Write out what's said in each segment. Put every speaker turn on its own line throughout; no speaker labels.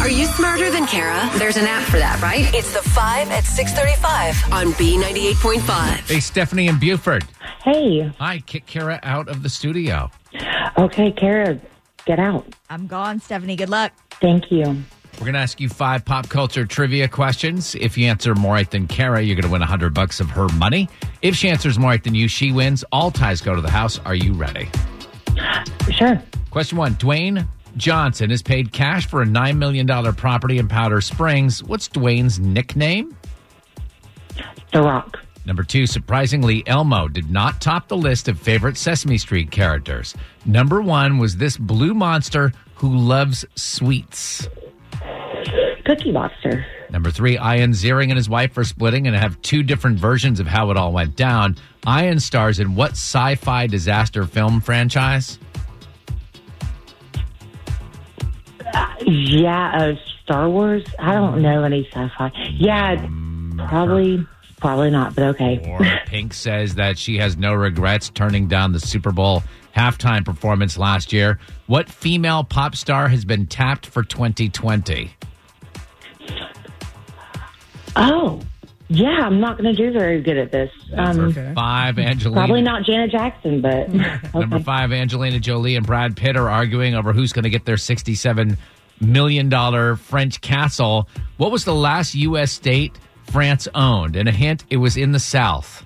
Are you smarter than Kara? There's an app for that, right?
It's the 5 at 635.
On B98.5.
Hey, Stephanie and Buford.
Hey,
Hi, kick Kara out of the studio.
okay, Kara, get out.
I'm gone, Stephanie. Good luck.
Thank you.
We're going to ask you five pop culture trivia questions. If you answer more right than Kara, you're going to win 100 bucks of her money. If she answers more right than you, she wins. All ties go to the house. Are you ready?
Sure.
Question one Dwayne Johnson is paid cash for a $9 million property in Powder Springs. What's Dwayne's nickname?
The Rock.
Number two, surprisingly, Elmo did not top the list of favorite Sesame Street characters. Number one was this blue monster who loves sweets.
Cookie Monster.
Number three, Ian Ziering and his wife are splitting and have two different versions of how it all went down. Ian stars in what sci fi disaster film franchise?
Yeah, uh, Star Wars. I don't know any sci-fi. Yeah, probably, probably not. But okay.
Or Pink says that she has no regrets turning down the Super Bowl halftime performance last year. What female pop star has been tapped for 2020?
Oh, yeah. I'm not going to do very good at this. Um,
Five, Angelina.
Probably not Janet Jackson, but Oh,
Number
okay.
five, Angelina Jolie and Brad Pitt are arguing over who's going to get their $67 million French castle. What was the last U.S. state France owned? And a hint, it was in the South.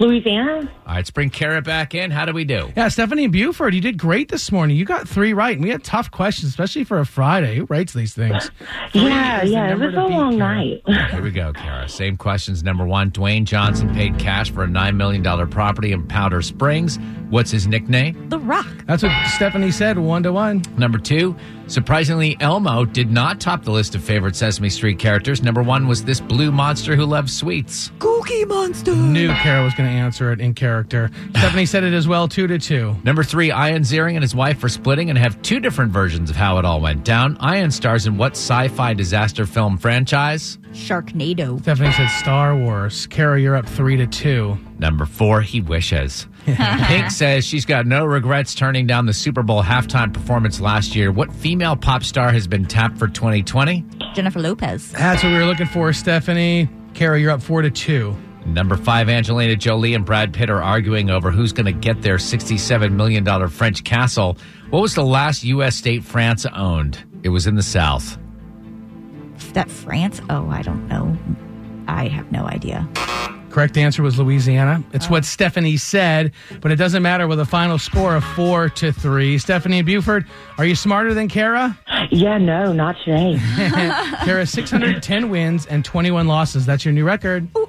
Louisiana.
All right, let's bring Kara back in. How do we do?
Yeah, Stephanie and Buford, you did great this morning. You got three right, and we had tough questions, especially for a Friday. Who writes these things?
Yeah,
is the
yeah. It
number
was
to
a
beat,
long
Kara.
night.
Here we go, Kara. Same questions. Number one, Dwayne Johnson paid cash for a $9 million property in Powder Springs. What's his nickname?
The Rock.
That's what Stephanie said, one to one.
Number two, surprisingly, Elmo did not top the list of favorite Sesame Street characters. Number one was this blue monster who loves sweets.
Cookie Monster.
Knew Kara was going to answer it in character. Stephanie said it as well, two to two.
Number three, Ian Ziering and his wife are splitting and have two different versions of how it all went down. Ian stars in what sci fi disaster film franchise?
Sharknado.
Stephanie said Star Wars. Kara, you're up three to two.
Number four, he wishes. Pink says she's got no regrets turning down the Super Bowl halftime performance last year. What female pop star has been tapped for 2020?
Jennifer Lopez.
That's what we were looking for, Stephanie. Kara, you're up four to two.
Number five, Angelina Jolie and Brad Pitt are arguing over who's going to get their $67 million French castle. What was the last U.S. state France owned? It was in the South.
That France? Oh, I don't know. I have no idea.
Correct answer was Louisiana. It's what Stephanie said, but it doesn't matter with a final score of four to three. Stephanie and Buford, are you smarter than Kara?
Yeah, no, not today.
Kara, 610 wins and 21 losses. That's your new record.
Ooh, ooh.